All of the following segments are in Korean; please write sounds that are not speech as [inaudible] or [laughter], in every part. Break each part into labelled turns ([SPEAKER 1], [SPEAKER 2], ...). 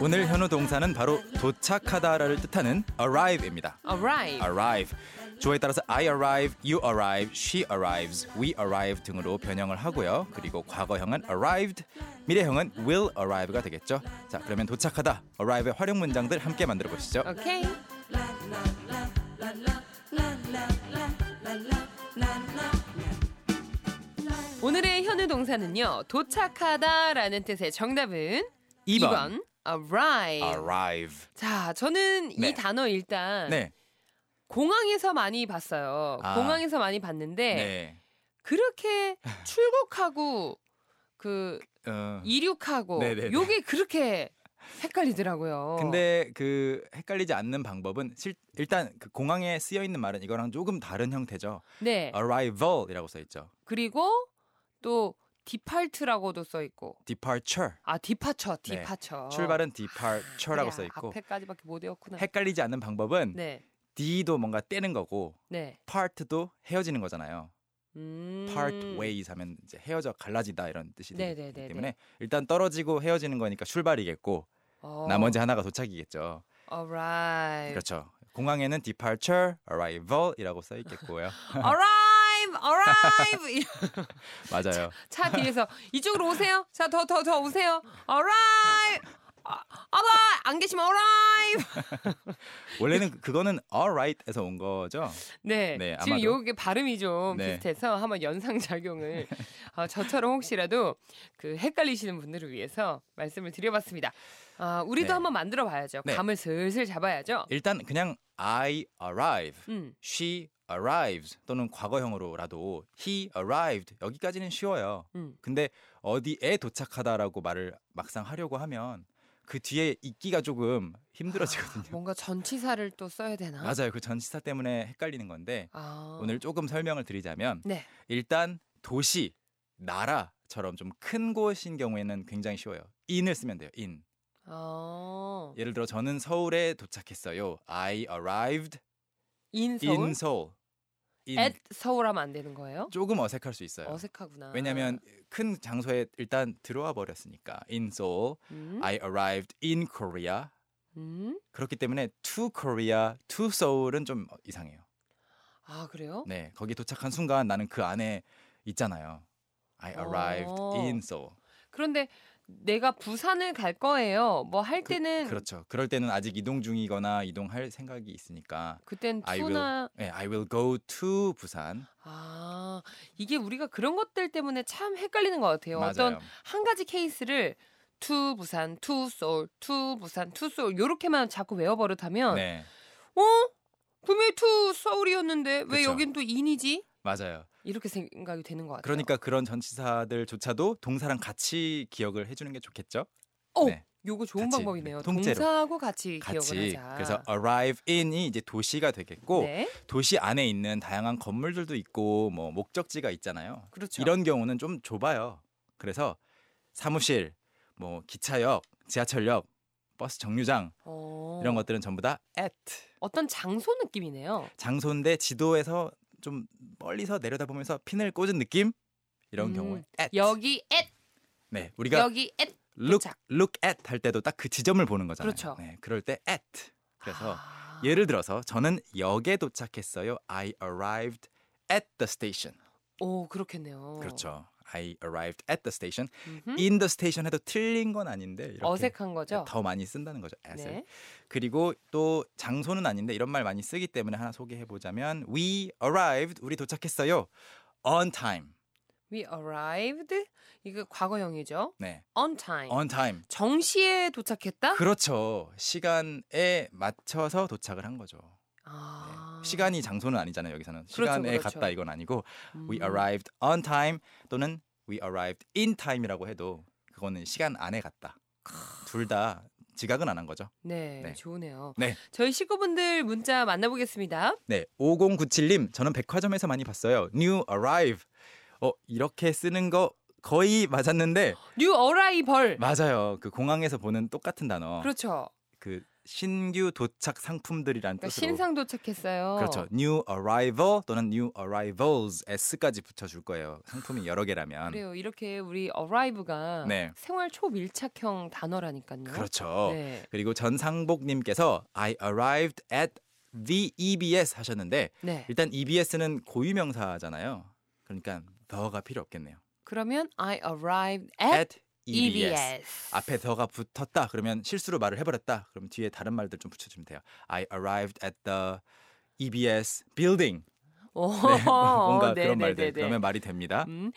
[SPEAKER 1] 오늘 현우 동사는 바로 도착하다를 뜻하는 arrive입니다.
[SPEAKER 2] Alright.
[SPEAKER 1] arrive. 주어에 따라서 I arrive, you arrive, she arrives, we arrive 등으로 변형을 하고요. 그리고 과거형은 arrived, 미래형은 will arrive가 되겠죠. 자, 그러면 도착하다 arrive의 활용 문장들 함께 만들어 보시죠.
[SPEAKER 2] 오케이. 오늘의 현우 동사는요. 도착하다라는 뜻의 정답은
[SPEAKER 1] 2번. 네.
[SPEAKER 2] 2번 arrive.
[SPEAKER 1] arrive.
[SPEAKER 2] 자, 저는
[SPEAKER 1] 네.
[SPEAKER 2] 이 단어 일단
[SPEAKER 1] 네.
[SPEAKER 2] 공항에서 많이 봤어요.
[SPEAKER 1] 아.
[SPEAKER 2] 공항에서 많이 봤는데
[SPEAKER 1] 네. [laughs]
[SPEAKER 2] 그렇게 출국하고 그
[SPEAKER 1] 어,
[SPEAKER 2] 이륙하고
[SPEAKER 1] 네네네.
[SPEAKER 2] 요게 그렇게 헷갈리더라고요.
[SPEAKER 1] 근데 그 헷갈리지 않는 방법은 실, 일단 그 공항에 쓰여 있는 말은 이거랑 조금 다른 형태죠.
[SPEAKER 2] 네.
[SPEAKER 1] arrival이라고 써 있죠.
[SPEAKER 2] 그리고 또 디팔트라고도 써 있고
[SPEAKER 1] departure.
[SPEAKER 2] 아 디파처
[SPEAKER 1] 네.
[SPEAKER 2] 디파처
[SPEAKER 1] 출발은 departure라고
[SPEAKER 2] 야,
[SPEAKER 1] 써 있고
[SPEAKER 2] 어, 앞에까지밖에 못 외웠구나.
[SPEAKER 1] 헷갈리지 않는 방법은
[SPEAKER 2] 네.
[SPEAKER 1] D도 뭔가 떼는 거고
[SPEAKER 2] 네.
[SPEAKER 1] part도 헤어지는 거잖아요.
[SPEAKER 2] 음.
[SPEAKER 1] part ways 하면 이제 헤어져 갈라지다 이런 뜻이 되기
[SPEAKER 2] 네네네네.
[SPEAKER 1] 때문에 일단 떨어지고 헤어지는 거니까 출발이겠고
[SPEAKER 2] 어. 네.
[SPEAKER 1] 나머지 하나가 도착이겠죠.
[SPEAKER 2] arrive.
[SPEAKER 1] 그렇죠. 공항에는 departure, arrival이라고 써
[SPEAKER 2] [laughs]
[SPEAKER 1] 있겠고요.
[SPEAKER 2] arrive. [laughs] arrive.
[SPEAKER 1] 맞아요.
[SPEAKER 2] 차 뒤에서 이쪽으로 오세요. 자, 더 더 더 오세요. arrive. 아, 아바 안 계시면 arrive.
[SPEAKER 1] 원래는 그거는 alright에서 온 거죠.
[SPEAKER 2] 네,
[SPEAKER 1] 네,
[SPEAKER 2] 지금
[SPEAKER 1] 아마도.
[SPEAKER 2] 요게 발음이 좀
[SPEAKER 1] 네.
[SPEAKER 2] 비슷해서 한번
[SPEAKER 1] [laughs]
[SPEAKER 2] 연상 작용을 어, 저처럼 혹시라도 그 헷갈리시는 분들을 위해서 말씀을 드려봤습니다. 아, 우리도
[SPEAKER 1] 네.
[SPEAKER 2] 한번 만들어 봐야죠.
[SPEAKER 1] 네.
[SPEAKER 2] 감을 슬슬 잡아야죠.
[SPEAKER 1] 일단 그냥 I arrive,
[SPEAKER 2] 음,
[SPEAKER 1] she arrives 또는 과거형으로라도 he arrived 여기까지는 쉬워요.
[SPEAKER 2] 음.
[SPEAKER 1] 근데 어디에 도착하다라고 말을 막상 하려고 하면 그 뒤에 있기가 조금
[SPEAKER 2] [laughs]
[SPEAKER 1] 힘들어지거든요.
[SPEAKER 2] 뭔가 전치사를 또 써야 되나?
[SPEAKER 1] 맞아요. 그 전치사 때문에 헷갈리는 건데
[SPEAKER 2] 아,
[SPEAKER 1] 오늘 조금 설명을 드리자면
[SPEAKER 2] 네,
[SPEAKER 1] 일단 도시, 나라처럼 좀 큰 곳인 경우에는 굉장히 쉬워요. in을 쓰면 돼요. in.
[SPEAKER 2] 어,
[SPEAKER 1] 예를 들어 저는 서울에 도착했어요. I arrived
[SPEAKER 2] 인 서울,
[SPEAKER 1] in Seoul. in.
[SPEAKER 2] at 서울하면 안 되는 거예요?
[SPEAKER 1] 조금 어색할 수 있어요.
[SPEAKER 2] 어색하구나.
[SPEAKER 1] 왜냐면 큰 장소에 일단 들어와 버렸으니까 in Seoul.
[SPEAKER 2] 음,
[SPEAKER 1] I arrived in Korea.
[SPEAKER 2] 음?
[SPEAKER 1] 그렇기 때문에 to Korea, to Seoul은 좀 이상해요.
[SPEAKER 2] 아 그래요?
[SPEAKER 1] 네, 거기 도착한 순간 나는 그 안에 있잖아요. I arrived
[SPEAKER 2] 어.
[SPEAKER 1] in Seoul.
[SPEAKER 2] 그런데 내가 부산을 갈 거예요. 뭐 할
[SPEAKER 1] 그-
[SPEAKER 2] 때는 그,
[SPEAKER 1] 그렇죠. 그럴 때는 아직 이동 중이거나 이동할 생각이 있으니까
[SPEAKER 2] 땐
[SPEAKER 1] I will-
[SPEAKER 2] 투나
[SPEAKER 1] 네, I will go to 부산.
[SPEAKER 2] 아, 이게 우리가 그런 것들 때문에 참 헷갈리는 것 같아요.
[SPEAKER 1] 맞아요.
[SPEAKER 2] 어떤 한 가지 케이스를 투 부산, 투 서울, 투 부산, 투 서울 요렇게만 자꾸 외워버릇하면
[SPEAKER 1] 네,
[SPEAKER 2] 어? 분명히 투 서울이었는데 왜
[SPEAKER 1] 그쵸.
[SPEAKER 2] 여긴 또 인이지?
[SPEAKER 1] 맞아요.
[SPEAKER 2] 이렇게 생각이 되는 것 같아요.
[SPEAKER 1] 그러니까 그런 전치사들조차도 동사랑 같이 기억을 해주는 게 좋겠죠.
[SPEAKER 2] 어,
[SPEAKER 1] 네.
[SPEAKER 2] 요거 좋은
[SPEAKER 1] 같이,
[SPEAKER 2] 방법이네요.
[SPEAKER 1] 네, 통째로.
[SPEAKER 2] 동사하고 같이,
[SPEAKER 1] 같이.
[SPEAKER 2] 기억을 하자.
[SPEAKER 1] 그래서 arrive in이 이제 도시가 되겠고
[SPEAKER 2] 네,
[SPEAKER 1] 도시 안에 있는 다양한 건물들도 있고 뭐 목적지가 있잖아요.
[SPEAKER 2] 그렇죠.
[SPEAKER 1] 이런 경우는 좀 좁아요. 그래서 사무실, 뭐 기차역, 지하철역, 버스 정류장
[SPEAKER 2] 어,
[SPEAKER 1] 이런 것들은 전부 다 at
[SPEAKER 2] 어떤 장소 느낌이네요.
[SPEAKER 1] 장소인데 지도에서 좀 멀리서 내려다보면서 핀을 꽂은 느낌 이런
[SPEAKER 2] 음,
[SPEAKER 1] 경우에 at
[SPEAKER 2] 여기 앳,
[SPEAKER 1] 네 우리가
[SPEAKER 2] 여기 앳.
[SPEAKER 1] look
[SPEAKER 2] 도착.
[SPEAKER 1] look at 할 때도 딱 그 지점을 보는 거잖아요.
[SPEAKER 2] 그렇죠.
[SPEAKER 1] 네 그럴 때 at 그래서
[SPEAKER 2] 아.
[SPEAKER 1] 예를 들어서 저는 역에 도착했어요. I arrived at the station.
[SPEAKER 2] 오, 그렇겠네요.
[SPEAKER 1] 그렇죠. I arrived at the station.
[SPEAKER 2] 어. 음흠.
[SPEAKER 1] in the station 해도 틀린 건 아닌데 이렇게
[SPEAKER 2] 어색한 거죠?
[SPEAKER 1] 그러니까 네, 더 많이 쓴다는 거죠. at을.
[SPEAKER 2] 네.
[SPEAKER 1] 그리고 또 장소는 아닌데 이런 말 많이 쓰기 때문에 하나 소개해 보자면 we arrived 우리 도착했어요. on time.
[SPEAKER 2] We arrived. 이거 과거형이죠.
[SPEAKER 1] 네.
[SPEAKER 2] On time.
[SPEAKER 1] on time.
[SPEAKER 2] 정시에 도착했다?
[SPEAKER 1] 그렇죠. 시간에 맞춰서 도착을 한 거죠. 네.
[SPEAKER 2] 아.
[SPEAKER 1] 시간이 장소는 아니잖아요. 여기서는
[SPEAKER 2] 그렇죠,
[SPEAKER 1] 시간에
[SPEAKER 2] 그렇죠.
[SPEAKER 1] 갔다 이건 아니고
[SPEAKER 2] 음.
[SPEAKER 1] we arrived on time 또는 we arrived in time이라고 해도 그거는 시간 안에 갔다. 둘 다 지각은 안 한 거죠.
[SPEAKER 2] 네,
[SPEAKER 1] 네.
[SPEAKER 2] 좋으네요.
[SPEAKER 1] 네.
[SPEAKER 2] 저희 식구분들 문자 만나보겠습니다.
[SPEAKER 1] 네, 5097님, 저는 백화점에서 많이 봤어요. New arrive. 어, 이렇게 쓰는 거 거의
[SPEAKER 2] [gasps]
[SPEAKER 1] 맞았는데
[SPEAKER 2] 뉴 어라이벌.
[SPEAKER 1] 맞아요. 그 공항에서 보는 똑같은 단어.
[SPEAKER 2] 그렇죠.
[SPEAKER 1] 그 신규 도착 상품들이란
[SPEAKER 2] 그러니까
[SPEAKER 1] 뜻으로
[SPEAKER 2] 신상 도착했어요.
[SPEAKER 1] 그렇죠. New arrival 또는 new arrivals s까지 붙여줄 거예요. 상품이 여러 개라면.
[SPEAKER 2] 그래요. 이렇게 우리 arrive가
[SPEAKER 1] 네.
[SPEAKER 2] 생활 초밀착형 단어라니까요.
[SPEAKER 1] 그렇죠.
[SPEAKER 2] 네.
[SPEAKER 1] 그리고 전상복님께서 I arrived at the EBS 하셨는데
[SPEAKER 2] 네.
[SPEAKER 1] 일단 E EBS는 고유명사잖아요. 그러니까 the가 필요 없겠네요.
[SPEAKER 2] 그러면 I arrived at, E
[SPEAKER 1] At E
[SPEAKER 2] EBS.
[SPEAKER 1] EBS. 앞에 the가 붙었다 그러면 실수로 말을 해버렸다. 그럼 뒤에 다른 말들 좀 붙여주면 돼요. I arrived at the EBS
[SPEAKER 2] [laughs]
[SPEAKER 1] building. 네,
[SPEAKER 2] 오,
[SPEAKER 1] [laughs] 뭔가
[SPEAKER 2] 네,
[SPEAKER 1] 그런
[SPEAKER 2] 네,
[SPEAKER 1] 말들
[SPEAKER 2] 네, 네.
[SPEAKER 1] 그러면 말이 됩니다.
[SPEAKER 2] 음.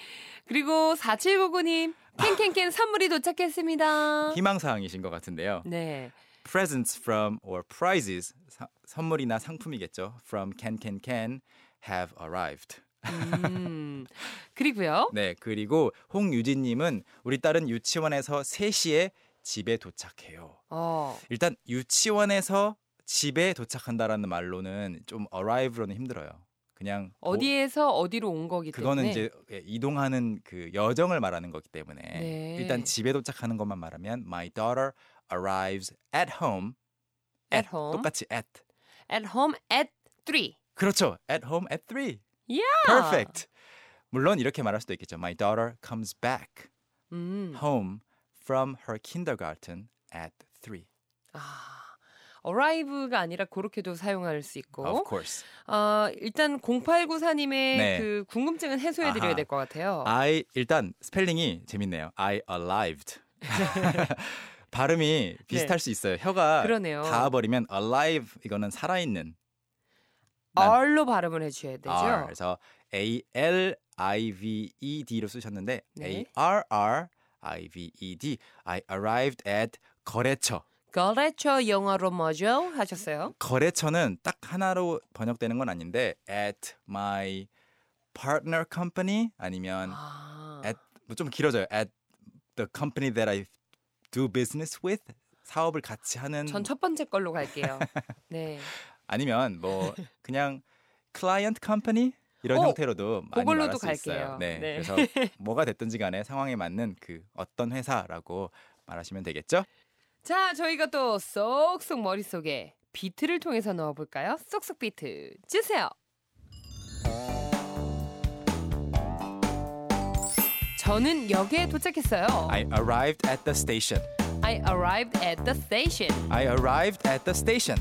[SPEAKER 2] 그리고 4799님 캔캔캔 선물이 도착했습니다.
[SPEAKER 1] 희망사항이신 것 같은데요.
[SPEAKER 2] 네.
[SPEAKER 1] presents from or prizes 사- 선물이나 상품이겠죠. from can can can have arrived.
[SPEAKER 2] 음. 그리고요.
[SPEAKER 1] 네, 그리고 홍유진 님은 우리 딸은 유치원에서 3시에 집에 도착해요.
[SPEAKER 2] 어.
[SPEAKER 1] 일단 유치원에서 집에 도착한다라는 말로는 좀 arrive로는 힘들어요. 그냥 도-
[SPEAKER 2] 어디에서 어디로 온 거기
[SPEAKER 1] 뭐, 그거는
[SPEAKER 2] 때문에
[SPEAKER 1] 이제 예, 이동하는 그 여정을 말하는 거기 때문에
[SPEAKER 2] 네.
[SPEAKER 1] 일단 집에 도착하는 것만 말하면 my daughter arrives at home
[SPEAKER 2] At home.
[SPEAKER 1] 똑같이 at
[SPEAKER 2] at home at 3.
[SPEAKER 1] 그렇죠. At home at 3.
[SPEAKER 2] Yeah.
[SPEAKER 1] Perfect. 물론 이렇게 말할 수도 있겠죠. My daughter comes back
[SPEAKER 2] 음.
[SPEAKER 1] home from her kindergarten at 3.
[SPEAKER 2] 아. arrive가 아니라 그렇게도 사용할 수
[SPEAKER 1] Of
[SPEAKER 2] 있고.
[SPEAKER 1] course.
[SPEAKER 2] 아, 일단 0894님의
[SPEAKER 1] 네.
[SPEAKER 2] 그 궁금증은 해소해 드려야
[SPEAKER 1] 아하.
[SPEAKER 2] 될 것 같아요.
[SPEAKER 1] I 일단 스펠링이 재밌네요. I arrived. [laughs] 발음이 비슷할 수 있어요. 혀가
[SPEAKER 2] 네. 그러네요.
[SPEAKER 1] 닿아버리면 alive 이거는 살아있는 난-
[SPEAKER 2] R로 발음을 해 주셔야 되죠.
[SPEAKER 1] R. 그래서 A L I V E D로 쓰셨는데
[SPEAKER 2] 네.
[SPEAKER 1] A R R I V E D. I arrived at 거래처.
[SPEAKER 2] 거래처 그렇죠, 영어로 뭐죠? 하셨어요.
[SPEAKER 1] 거래처는 딱 하나로 번역되는 건 아닌데 at my partner company 아니면
[SPEAKER 2] 아.
[SPEAKER 1] 음, at 뭐 좀 길어져요. at the company that I do business with 사업을 같이 하는
[SPEAKER 2] 전 첫 번째 걸로 갈게요.
[SPEAKER 1] [laughs]
[SPEAKER 2] 네.
[SPEAKER 1] 아니면
[SPEAKER 2] [laughs]
[SPEAKER 1] 뭐 그냥 client company 이런
[SPEAKER 2] 어,
[SPEAKER 1] 형태로도 많이
[SPEAKER 2] 그걸로도
[SPEAKER 1] 말할 수
[SPEAKER 2] 갈게요.
[SPEAKER 1] 있어요. 네,
[SPEAKER 2] 네.
[SPEAKER 1] 그래서 뭐가 됐든지 간에 상황에 맞는 그 어떤 회사라고 말하시면 되겠죠?
[SPEAKER 2] 자, 저희가 또 쏙쏙 머릿속에 비트를 통해서 넣어 볼까요? 쏙쏙 비트. 주세요. 저는 역에 도착했어요.
[SPEAKER 1] I arrived at the station.
[SPEAKER 2] I arrived at the station.
[SPEAKER 1] I arrived at the station.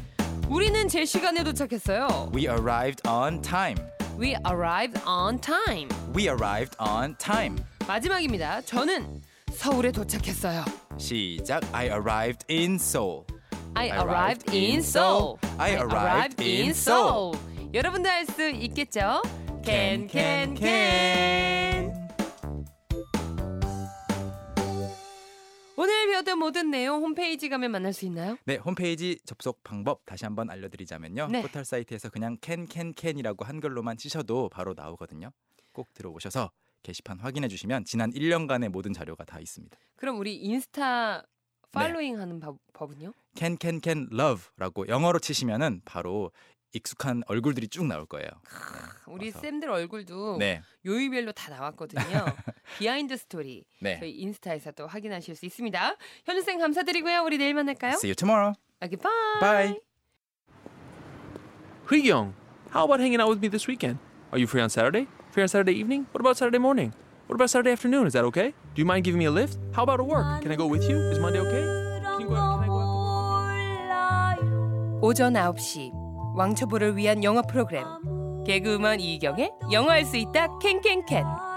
[SPEAKER 2] 우리는 제 시간에 도착했어요.
[SPEAKER 1] We arrived on time.
[SPEAKER 2] We arrived on time.
[SPEAKER 1] We arrived on time.
[SPEAKER 2] 마지막입니다. 저는 서울에 도착했어요.
[SPEAKER 1] 시작. I arrived in Seoul.
[SPEAKER 2] I arrived in Seoul.
[SPEAKER 1] I arrived in Seoul.
[SPEAKER 2] 여러분도 할 수 있겠죠?
[SPEAKER 1] Can, can,
[SPEAKER 2] 캔캔캔. 오늘 배웠던 모든 내용 홈페이지 가면 만날 수 있나요?
[SPEAKER 1] 네, 홈페이지 접속 방법 다시 한번 알려드리자면요.
[SPEAKER 2] 네.
[SPEAKER 1] 포털 사이트에서 그냥 캔캔캔이라고 한글로만 치셔도 바로 나오거든요. 꼭 들어오셔서 게시판 확인해 주시면 지난 1년간의 모든 자료가 다 있습니다.
[SPEAKER 2] 그럼 우리 인스타 팔로잉 하는 법- 법은요?
[SPEAKER 1] 캔캔캔 러브라고 영어로 치시면은 바로 익숙한 얼굴들이 쭉 나올 거예요.
[SPEAKER 2] 우리
[SPEAKER 1] 어서.
[SPEAKER 2] 쌤들 얼굴도
[SPEAKER 1] 네,
[SPEAKER 2] 요일별로
[SPEAKER 1] [laughs]
[SPEAKER 2] 다 나왔거든요. 비하인드 스토리
[SPEAKER 1] 네.
[SPEAKER 2] 저희 인스타에서 또 확인하실 수 있습니다. 현우쌤 감사드리고요. 우리 내일 만날까요?
[SPEAKER 1] See you tomorrow.
[SPEAKER 2] Okay, bye.
[SPEAKER 1] Bye.
[SPEAKER 3] Young, how about hanging out with me this weekend? Are you free on Saturday? Free on Saturday evening? What about Saturday morning? What about Saturday afternoon? Is that okay? Do you mind giving me a lift? How about a work? Can I go with you? Is Monday okay? Can you go out? Can I go out?
[SPEAKER 2] 오전 9시 왕초보를 위한 영어 프로그램 개그우먼 이경의 영어할 수 있다 캔캔캔